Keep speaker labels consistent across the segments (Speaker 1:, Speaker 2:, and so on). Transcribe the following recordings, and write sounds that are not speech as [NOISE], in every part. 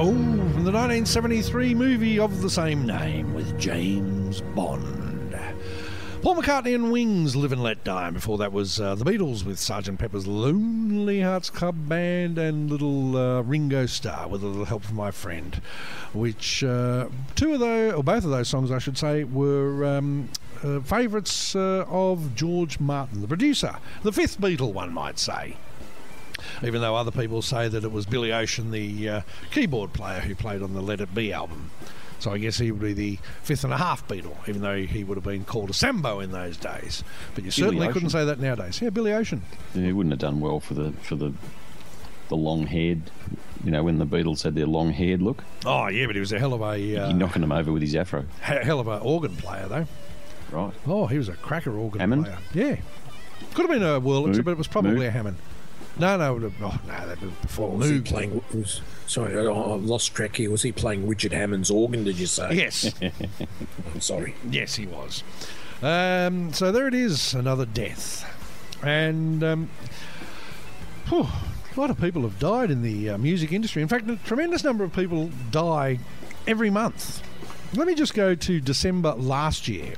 Speaker 1: Oh, from the 1973 movie of the same name with James Bond. Paul McCartney and Wings Live and Let Die. And Before that was uh, The Beatles with Sgt. Pepper's Lonely Hearts Club Band and Little uh, Ringo Starr with a little help from my friend. Which uh, two of those, or both of those songs, I should say, were um, uh, favourites uh, of George Martin, the producer. The fifth Beatle, one might say even though other people say that it was Billy Ocean, the uh, keyboard player who played on the Let It Be album. So I guess he would be the fifth and a half Beatle, even though he would have been called a Sambo in those days. But you certainly
Speaker 2: Ocean.
Speaker 1: couldn't say that nowadays. Yeah, Billy Ocean.
Speaker 2: Yeah, he wouldn't have done well for the for the the long haired. You know, when the Beatles had their long haired look,
Speaker 1: Oh yeah, but he was a hell of a
Speaker 2: he
Speaker 1: uh,
Speaker 2: he knocking them over with his afro.
Speaker 1: he- hell of a organ player though.
Speaker 2: Right.
Speaker 1: Oh, he was a cracker organ
Speaker 2: Hammond?
Speaker 1: player. Yeah, could have been a Wurlitzer,
Speaker 2: Moog?
Speaker 1: but it was probably
Speaker 2: Moog?
Speaker 1: a Hammond. No, no, it would have- oh, no, that was before
Speaker 3: Was he
Speaker 1: Moog.
Speaker 3: playing? Was, sorry, I, I've lost track here. Was he playing Richard Hammond's organ? Did you
Speaker 2: [LAUGHS]
Speaker 3: say?
Speaker 1: Yes,
Speaker 3: I'm sorry.
Speaker 1: Yes, he was. Um, so there it is, another death. And um, whew, a lot of people have died in the uh, music industry. In fact, a tremendous number of people die every month. Let me just go to December last year.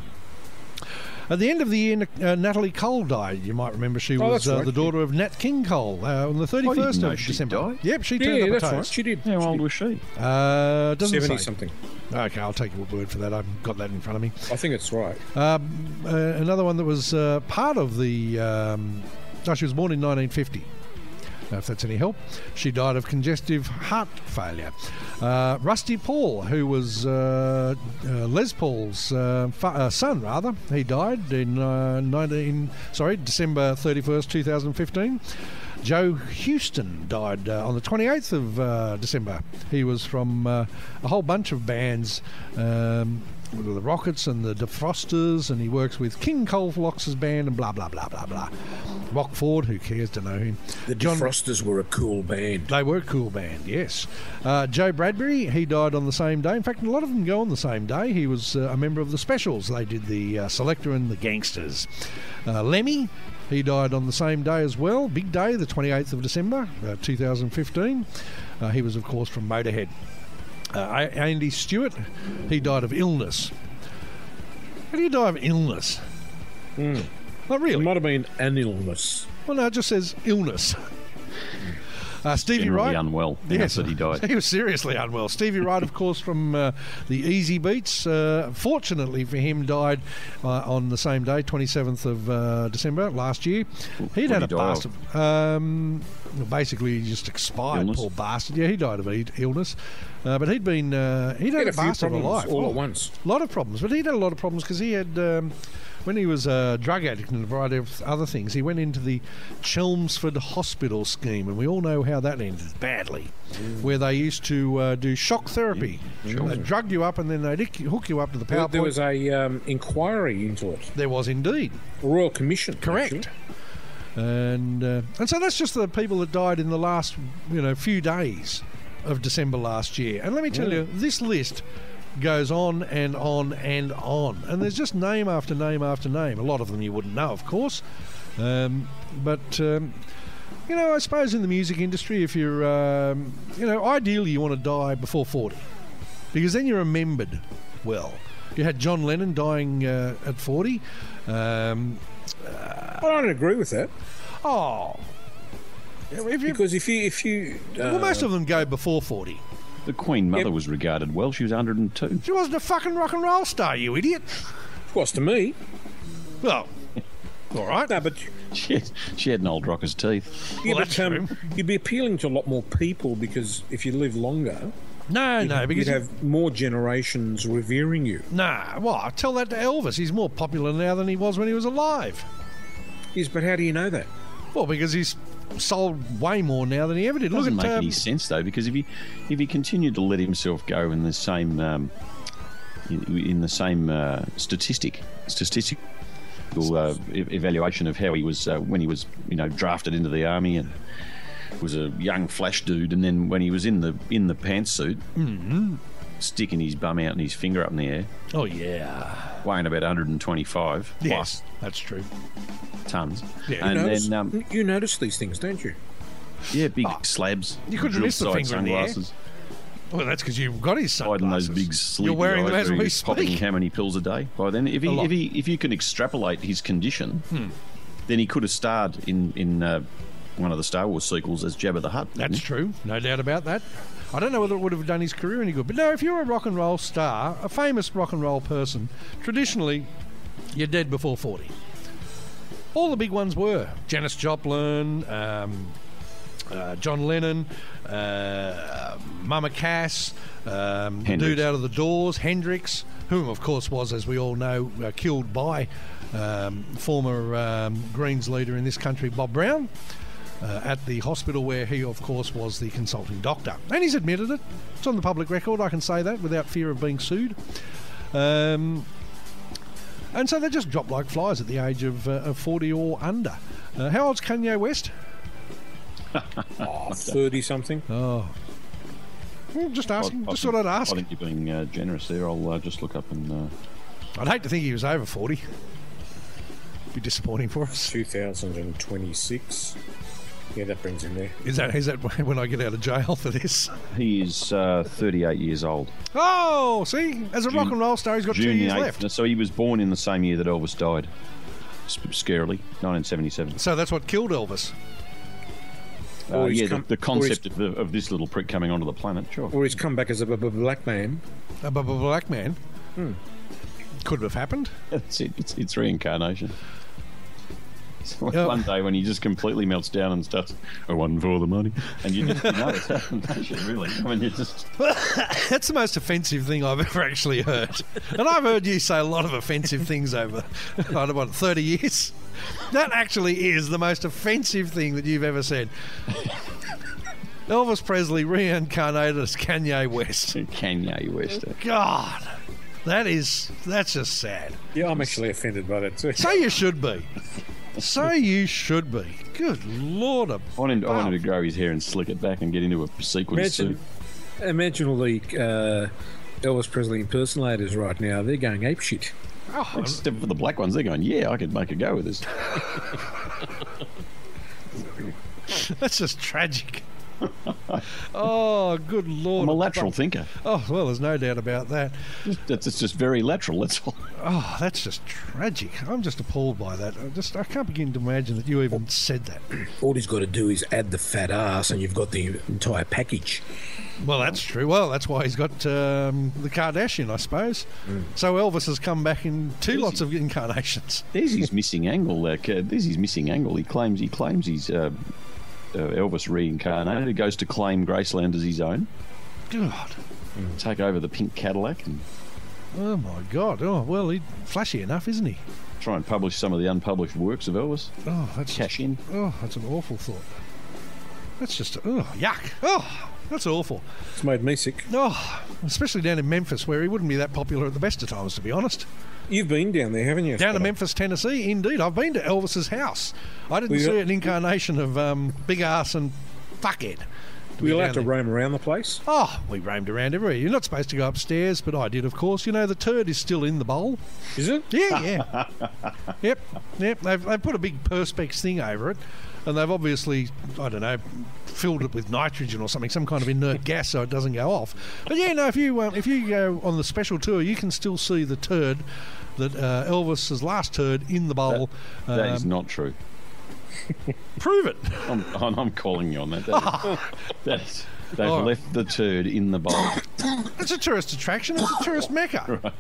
Speaker 1: At the end of the year, Nic- uh, Natalie Cole died. You might remember she
Speaker 3: Oh,
Speaker 1: was
Speaker 3: that's
Speaker 1: uh,
Speaker 3: right. Oh,
Speaker 1: the daughter of Nat King Cole uh, on the 31st of
Speaker 2: know she
Speaker 1: December.
Speaker 2: died.
Speaker 1: Yep, she turned
Speaker 3: Yeah,
Speaker 1: up
Speaker 3: that's
Speaker 1: a
Speaker 3: right.
Speaker 1: toast.
Speaker 3: She did.
Speaker 2: How
Speaker 3: She
Speaker 2: old
Speaker 3: did.
Speaker 2: was she?
Speaker 1: Uh, doesn't
Speaker 3: Seventy
Speaker 1: say.
Speaker 3: something.
Speaker 1: Okay, I'll take your word for that. I've got that in front of me.
Speaker 3: I think it's right.
Speaker 1: Um, uh, another one that was uh, part of the. Um, no, she was born in 1950. Now, if that's any help, she died of congestive heart failure. Uh, Rusty Paul, who was uh, uh, Les Paul's uh, fa- uh, son, rather, he died in uh, 19. Sorry, December 31st, 2015. Joe Houston died uh, on the 28th of uh, December. He was from uh, a whole bunch of bands, um, with the Rockets and the Defrosters, and he works with King Cole Fox's band and blah blah blah blah blah. Rockford, who cares to know him?
Speaker 3: The
Speaker 1: John-
Speaker 3: Defrosters were a cool band.
Speaker 1: They were a cool band, yes. Uh, Joe Bradbury, he died on the same day. In fact, a lot of them go on the same day. He was uh, a member of the Specials. They did the uh, Selector and the Gangsters. Uh, Lemmy, he died on the same day as well. Big day, the 28th of December, uh, 2015. Uh, he was, of course, from Motorhead. Uh, A- Andy Stewart, he died of illness. How do you die of illness? Not
Speaker 3: It
Speaker 1: really.
Speaker 3: might have been an illness.
Speaker 1: Well, no, it just says illness. Uh, Stevie
Speaker 2: Generally
Speaker 1: Wright.
Speaker 2: unwell. Yes, that he died.
Speaker 1: [LAUGHS]
Speaker 2: [LAUGHS]
Speaker 1: He was seriously unwell. Stevie Wright, of course, from uh, the Easy Beats, uh, fortunately for him, died uh, on the same day, 27th of uh, December last year. He'd
Speaker 2: What'd
Speaker 1: had
Speaker 2: he
Speaker 1: a
Speaker 2: die
Speaker 1: blast
Speaker 2: of?
Speaker 1: of. Um, well, basically, he just expired,
Speaker 2: Illness?
Speaker 1: poor bastard. Yeah, he died of e- illness. Uh, but he'd been. Uh, he'd
Speaker 3: He
Speaker 1: had,
Speaker 3: had a
Speaker 1: a
Speaker 3: few
Speaker 1: bastard of a
Speaker 3: problems
Speaker 1: life.
Speaker 3: all
Speaker 1: Oh,
Speaker 3: at once.
Speaker 1: a lot of problems, but he had a lot of problems because he had, um, when he was a drug addict and a variety of other things, he went into the Chelmsford Hospital scheme, and we all know how that ended badly,
Speaker 3: Mm.
Speaker 1: where they used to uh, do shock therapy. They'd drug you up and then they'd hick- hook you up to the
Speaker 3: There,
Speaker 1: power
Speaker 3: there was a um, inquiry into it.
Speaker 1: there was indeed.
Speaker 3: A Royal Commission.
Speaker 1: Correct.
Speaker 3: actually.
Speaker 1: and uh, and so that's just the people that died in the last you know few days of December last year. And let me tell you, this list goes on and on and on, and there's just name after name after name. A lot of them you wouldn't know, of course, um, but. Um, you know, I suppose in the music industry, if you're, um, you know, ideally you want to die before 40 because then you're remembered well. You had John Lennon dying uh, at 40. Um,
Speaker 3: I don't agree with that
Speaker 1: oh. If you,
Speaker 3: because if you if you uh,
Speaker 1: Well, most of them go before 40.
Speaker 2: The Queen Mother
Speaker 3: Yep.
Speaker 2: was regarded well. She was 102.
Speaker 1: She wasn't a fucking rock and roll star, you idiot.
Speaker 3: was to me.
Speaker 2: [LAUGHS]
Speaker 1: Well, all right.
Speaker 3: No, but
Speaker 2: [LAUGHS] She had, she had an old rocker's teeth.
Speaker 3: Yeah,
Speaker 1: Well,
Speaker 3: but,
Speaker 1: that's
Speaker 3: um,
Speaker 1: true.
Speaker 3: you'd be appealing to a lot more people because if you live longer,
Speaker 1: No, no, because.
Speaker 3: you'd have more generations revering you.
Speaker 1: Nah, well, tell that to Elvis. He's more popular now than he was when he was alive.
Speaker 3: Yes, but how do you know that?
Speaker 1: Well, because he's sold way more now than he ever did. Look
Speaker 2: doesn't
Speaker 1: at
Speaker 2: make
Speaker 1: um,
Speaker 2: any sense though, because if he if he continued to let himself go in the same um, in, in the same uh, statistic statistical uh, e- evaluation of how he was uh, when he was you know drafted into the army and was a young flash dude, and then when he was in the in the pantsuit,
Speaker 1: Mm-hmm.
Speaker 2: sticking his bum out and his finger up in the air,
Speaker 1: Oh, yeah.
Speaker 2: weighing about 125
Speaker 1: Yes, that's true.
Speaker 2: plus tons,
Speaker 1: Yeah,
Speaker 2: and
Speaker 3: Notice-
Speaker 2: then um,
Speaker 3: you notice these things, don't you?
Speaker 2: yeah, big slabs,
Speaker 1: Ah, You couldn't
Speaker 2: drill
Speaker 1: miss the
Speaker 2: side
Speaker 1: finger in the air.
Speaker 2: sunglasses.
Speaker 1: Well, that's because you've got his sunglasses.
Speaker 2: Biden, those big sleepy
Speaker 1: You're wearing
Speaker 2: eyes
Speaker 1: them as
Speaker 2: where
Speaker 1: we
Speaker 2: he's popping
Speaker 1: speak.
Speaker 2: how many pills a day by then? If
Speaker 1: A
Speaker 2: he,
Speaker 1: lot. Hmm.
Speaker 2: if he if you can extrapolate his condition, then he could have starred in in uh, one of the Star Wars sequels as Jabba the Hutt.
Speaker 1: That's
Speaker 2: couldn't
Speaker 1: true, no doubt about that. I don't know whether it would have done his career any good, but no, if you're a rock and roll star, a famous rock and roll person, traditionally, you're dead before 40. All the big ones were Janis Joplin, um, uh, John Lennon, uh, Mama Cass, um, the dude
Speaker 2: Hendrix.
Speaker 1: out of the Doors, Hendrix, whom, of course, was, as we all know, uh, killed by um, former um, Greens leader in this country, Bob Brown uh, at the hospital where he, of course, was the consulting doctor. And he's admitted it. It's on the public record, I can say that without fear of being sued. Um, and so they just drop like flies at the age of, uh, of 40 or under. Uh, how old's Kanye West?
Speaker 3: 30 something.
Speaker 1: Oh. Hmm, Just asking.
Speaker 2: I
Speaker 1: Just
Speaker 2: think-
Speaker 1: thought I'd ask.
Speaker 2: I think you're being uh, generous there. I'll uh, just look up and. Uh,
Speaker 1: I'd hate to think he was over 40. Be disappointing for us.
Speaker 3: 2026. Yeah, that brings him there.
Speaker 1: Is that [LAUGHS] is that when I get out of jail for this?
Speaker 2: he is uh, 38 years old.
Speaker 1: Oh, see, as a rock
Speaker 2: June-
Speaker 1: and roll star, he's got two
Speaker 2: June the
Speaker 1: years
Speaker 2: 8th.
Speaker 1: left.
Speaker 2: So he was born in the same year that Elvis died. Sp- scarily, 1977.
Speaker 1: So that's what killed Elvis.
Speaker 2: Uh,
Speaker 3: Or he's
Speaker 2: yeah,
Speaker 3: come-
Speaker 2: the, the
Speaker 3: or
Speaker 2: concept of, the, of this little prick coming onto the planet, sure.
Speaker 3: Or he's come back as a b- b- black man.
Speaker 1: a b- b- black man
Speaker 2: Hmm.
Speaker 1: could have happened.
Speaker 2: That's it. [LAUGHS] It's, it's reincarnation. It's like
Speaker 1: Yep.
Speaker 2: one day when he just completely melts down and starts, I won for the money. And you just, no, [LAUGHS] it's reincarnation, really. I mean, you just,
Speaker 1: That's the most offensive thing I've [LAUGHS] ever actually heard. and I've heard you say a lot of offensive things over, [LAUGHS] I don't know, 30 years. That actually is the most offensive thing that you've ever said. [LAUGHS] Elvis Presley reincarnated as Kanye West.
Speaker 2: Kanye West.
Speaker 1: God, that is, that's just sad.
Speaker 3: Yeah, I'm actually offended by that too.
Speaker 1: So you should be. So you should be. Good Lord. ab-
Speaker 2: I wanted, I wanted to grow his hair and slick it back and get into a sequin
Speaker 3: Imagine,
Speaker 2: suit.
Speaker 3: imagine all the uh, Elvis Presley impersonators right now. They're going apeshit.
Speaker 1: Oh, I'm-
Speaker 2: Except for the black ones, they're going, yeah, I could make a go with this.
Speaker 1: That's just tragic. [LAUGHS] oh, good lord!
Speaker 2: I'm a lateral thinker.
Speaker 1: Oh well, there's no doubt about that.
Speaker 2: That's, it's just very lateral, that's all. [LAUGHS]
Speaker 1: Oh, that's just tragic. I'm just appalled by that. I just I can't begin to imagine that you even said that.
Speaker 3: All he's got to do is add the fat ass, and you've got the entire package.
Speaker 1: Well, that's true. Well, that's why he's got um, the Kardashian, I suppose. So Elvis has come back in two
Speaker 2: Easy.
Speaker 1: lots of incarnations.
Speaker 2: There's his missing angle. Like, uh, there's his missing angle. He claims he claims he's uh, uh, Elvis reincarnated. He goes to claim Graceland as his own,
Speaker 1: God.
Speaker 2: take over the pink Cadillac, and
Speaker 1: Oh my God. Oh well, he's flashy enough, isn't he?
Speaker 2: try and publish some of the unpublished works of Elvis.
Speaker 1: Oh, that's
Speaker 2: Cash in.
Speaker 1: oh, that's an awful thought. That's just oh yuck. Oh, that's awful.
Speaker 3: It's made me sick.
Speaker 1: Oh, especially down in Memphis, where he wouldn't be that popular at the best of times, to be honest.
Speaker 3: You've been down there, haven't you?
Speaker 1: Down in
Speaker 3: Scotty?
Speaker 1: Memphis, Tennessee, indeed. I've been to Elvis's house. I didn't
Speaker 3: Well, you
Speaker 1: see
Speaker 3: got-
Speaker 1: an incarnation of um, Big Ass and Fuckhead. to be
Speaker 3: We'll
Speaker 1: down
Speaker 3: have to
Speaker 1: there.
Speaker 3: roam around the place.
Speaker 1: Oh, we roamed around everywhere. You're not supposed to go upstairs, but I did, of course. You know, the turd is still in the bowl.
Speaker 3: Is it?
Speaker 1: Yeah, yeah. [LAUGHS] yep, yep. They've, they've put a big Perspex thing over it, and they've obviously, I don't know, filled it with nitrogen or something, some kind of inert [LAUGHS] gas, so it doesn't go off. But yeah, no, if you um, if you go on the special tour, you can still see the turd that uh, Elvis's last turd in the bowl.
Speaker 2: That
Speaker 1: um,
Speaker 2: is not true.
Speaker 1: prove it.
Speaker 2: I'm, I'm, I'm calling you on that. That is, [LAUGHS] that is, they've
Speaker 1: All right.
Speaker 2: left the turd in the bowl.
Speaker 1: It's a tourist attraction. It's a tourist mecca.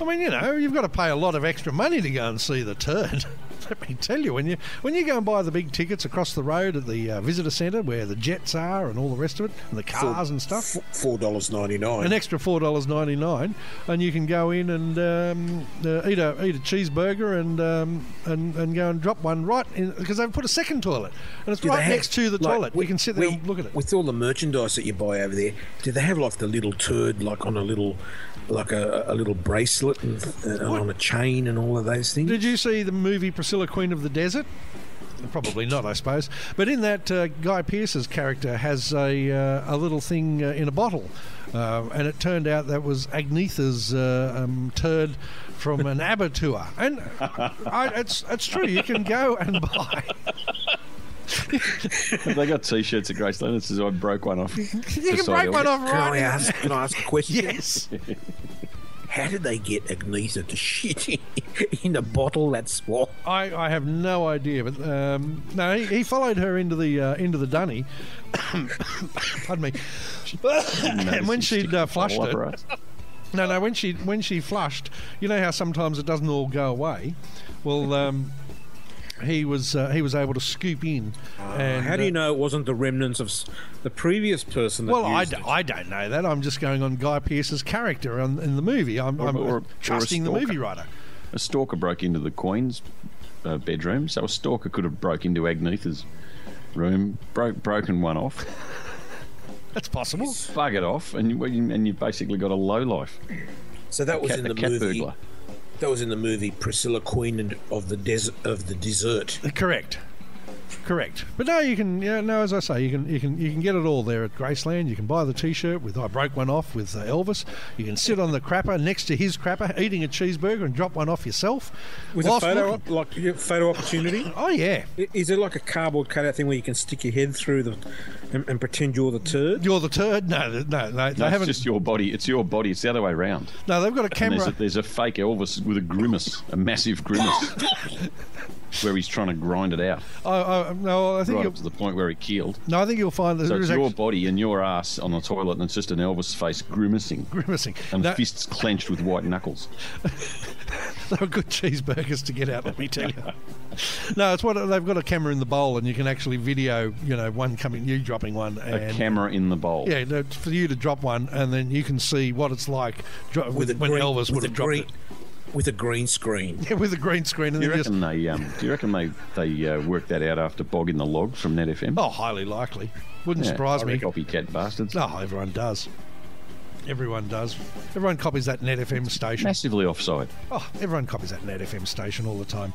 Speaker 1: I mean, you know, you've got to pay a lot of extra money to go and see the turd. [LAUGHS] Let me tell you, when you when you go and buy the big tickets across the road at the uh, visitor centre where the jets are and all the rest of it, and the cars and stuff,
Speaker 3: F- Four dollars ninety
Speaker 1: an
Speaker 3: nine.
Speaker 1: extra four dollars ninety nine, and you can go in and um, uh, eat a eat a cheeseburger and um, and and go and drop one right in because they've put a second toilet and it's right next to the toilet. you can sit there and look at it.
Speaker 3: With all the merchandise that you buy over there, do they have like the little turd, like on a little, like a, a little bracelet and, and on a chain and all of those things?
Speaker 1: Did you see the movie Priscilla, Queen of the Desert? Probably not, I suppose. But in that, uh, Guy Pearce's character has a uh, a little thing uh, in a bottle, uh, and it turned out that was Agnetha's uh, um, turd from an ABBA tour. And I, it's it's true. You can go and buy.
Speaker 2: Have they got t-shirts at Graceland? It says I broke one off.
Speaker 1: You can break one off
Speaker 3: Can I
Speaker 1: right.
Speaker 3: ask? Can I ask a question?
Speaker 1: Yes.
Speaker 3: How did they get Agnetha to shit [LAUGHS] in, in a bottle? That's what.
Speaker 1: I, I have no idea, but um, no, he, he followed her into the uh, into the dunny. [COUGHS] Pardon me. [COUGHS] and when she'd uh, flushed it, no, no, when she when she flushed, you know how sometimes it doesn't all go away. Well, um, he was uh, he was able to scoop in. and,
Speaker 3: Ah, How do
Speaker 1: uh,
Speaker 3: you know it wasn't the remnants of s- the previous person? That
Speaker 1: Well, I,
Speaker 3: used
Speaker 1: d-
Speaker 3: it?
Speaker 1: I don't know that. I'm just going on Guy Pearce's character on, in the movie. I'm,
Speaker 2: Or-
Speaker 1: I'm uh,
Speaker 2: or- or a
Speaker 1: trusting the
Speaker 2: stalker.
Speaker 1: movie writer.
Speaker 2: A stalker broke into the Queen's uh, bedroom, so a stalker could have broke into Agnetha's room, broke broken one off,
Speaker 1: That's possible.
Speaker 2: bug it off, and you, and you basically got a low life.
Speaker 3: So that was
Speaker 2: Cat,
Speaker 3: in
Speaker 2: a
Speaker 3: the
Speaker 2: cat
Speaker 3: movie.
Speaker 2: burglar.
Speaker 3: That was in the movie Priscilla Queen and of the desert of the desert.
Speaker 1: Uh, Correct. Correct. But no, you can. Yeah, no, as I say, you can. You can. You can get it all there at Graceland. You can buy the T-shirt with "I broke one off" with uh, Elvis. You can sit on the crapper next to his crapper, eating a cheeseburger, and drop one off yourself.
Speaker 4: With
Speaker 1: whilst
Speaker 4: a photo,
Speaker 1: looking-
Speaker 4: op- like yeah, photo opportunity.
Speaker 1: Oh yeah,
Speaker 4: I- Is it like a cardboard cutout thing where you can stick your head through the and, and pretend you're the turd?
Speaker 1: you're the turd. No, th- no, no. They
Speaker 2: No, it's
Speaker 1: haven't.
Speaker 2: just your body. It's your body. It's the other way round.
Speaker 1: No, they've got a
Speaker 2: And
Speaker 1: camera.
Speaker 2: there's a, there's a fake Elvis with a grimace, a massive grimace, where he's trying to grind it out,
Speaker 1: oh, oh, no, I think.
Speaker 2: right
Speaker 1: you'll,
Speaker 2: up to the point where he keeled.
Speaker 1: no, I think you'll find that
Speaker 2: So
Speaker 1: there
Speaker 2: it's
Speaker 1: is
Speaker 2: your
Speaker 1: actually
Speaker 2: body and your ass on the toilet, and it's just an Elvis face grimacing
Speaker 1: grimacing.
Speaker 2: and
Speaker 1: No,
Speaker 2: fists clenched with white knuckles.
Speaker 1: They were good cheeseburgers to get out, let me tell you. No, it's what they've got a camera in the bowl, and you can actually video, you know, one coming, you dropping one,
Speaker 2: A
Speaker 1: and
Speaker 2: camera in the bowl.
Speaker 1: yeah, no, it's for you to drop one, and then you can see what it's like dro- with when Elvis would
Speaker 3: a
Speaker 1: have dropped
Speaker 3: green,
Speaker 1: it [LAUGHS]
Speaker 3: with a green screen.
Speaker 1: Yeah, with a green screen, and
Speaker 2: Do you
Speaker 1: then just
Speaker 2: reckon they? Um, do you reckon they they uh, worked that out after Bog in the Log from Net FM?
Speaker 1: oh, highly likely. Wouldn't
Speaker 2: Yeah,
Speaker 1: surprise
Speaker 2: I
Speaker 1: me.
Speaker 2: reckon Copycat bastards.
Speaker 1: No, everyone does. Everyone does. Everyone copies that Net FM station.
Speaker 2: Massively offside.
Speaker 1: Oh, everyone copies that Net FM station all the time.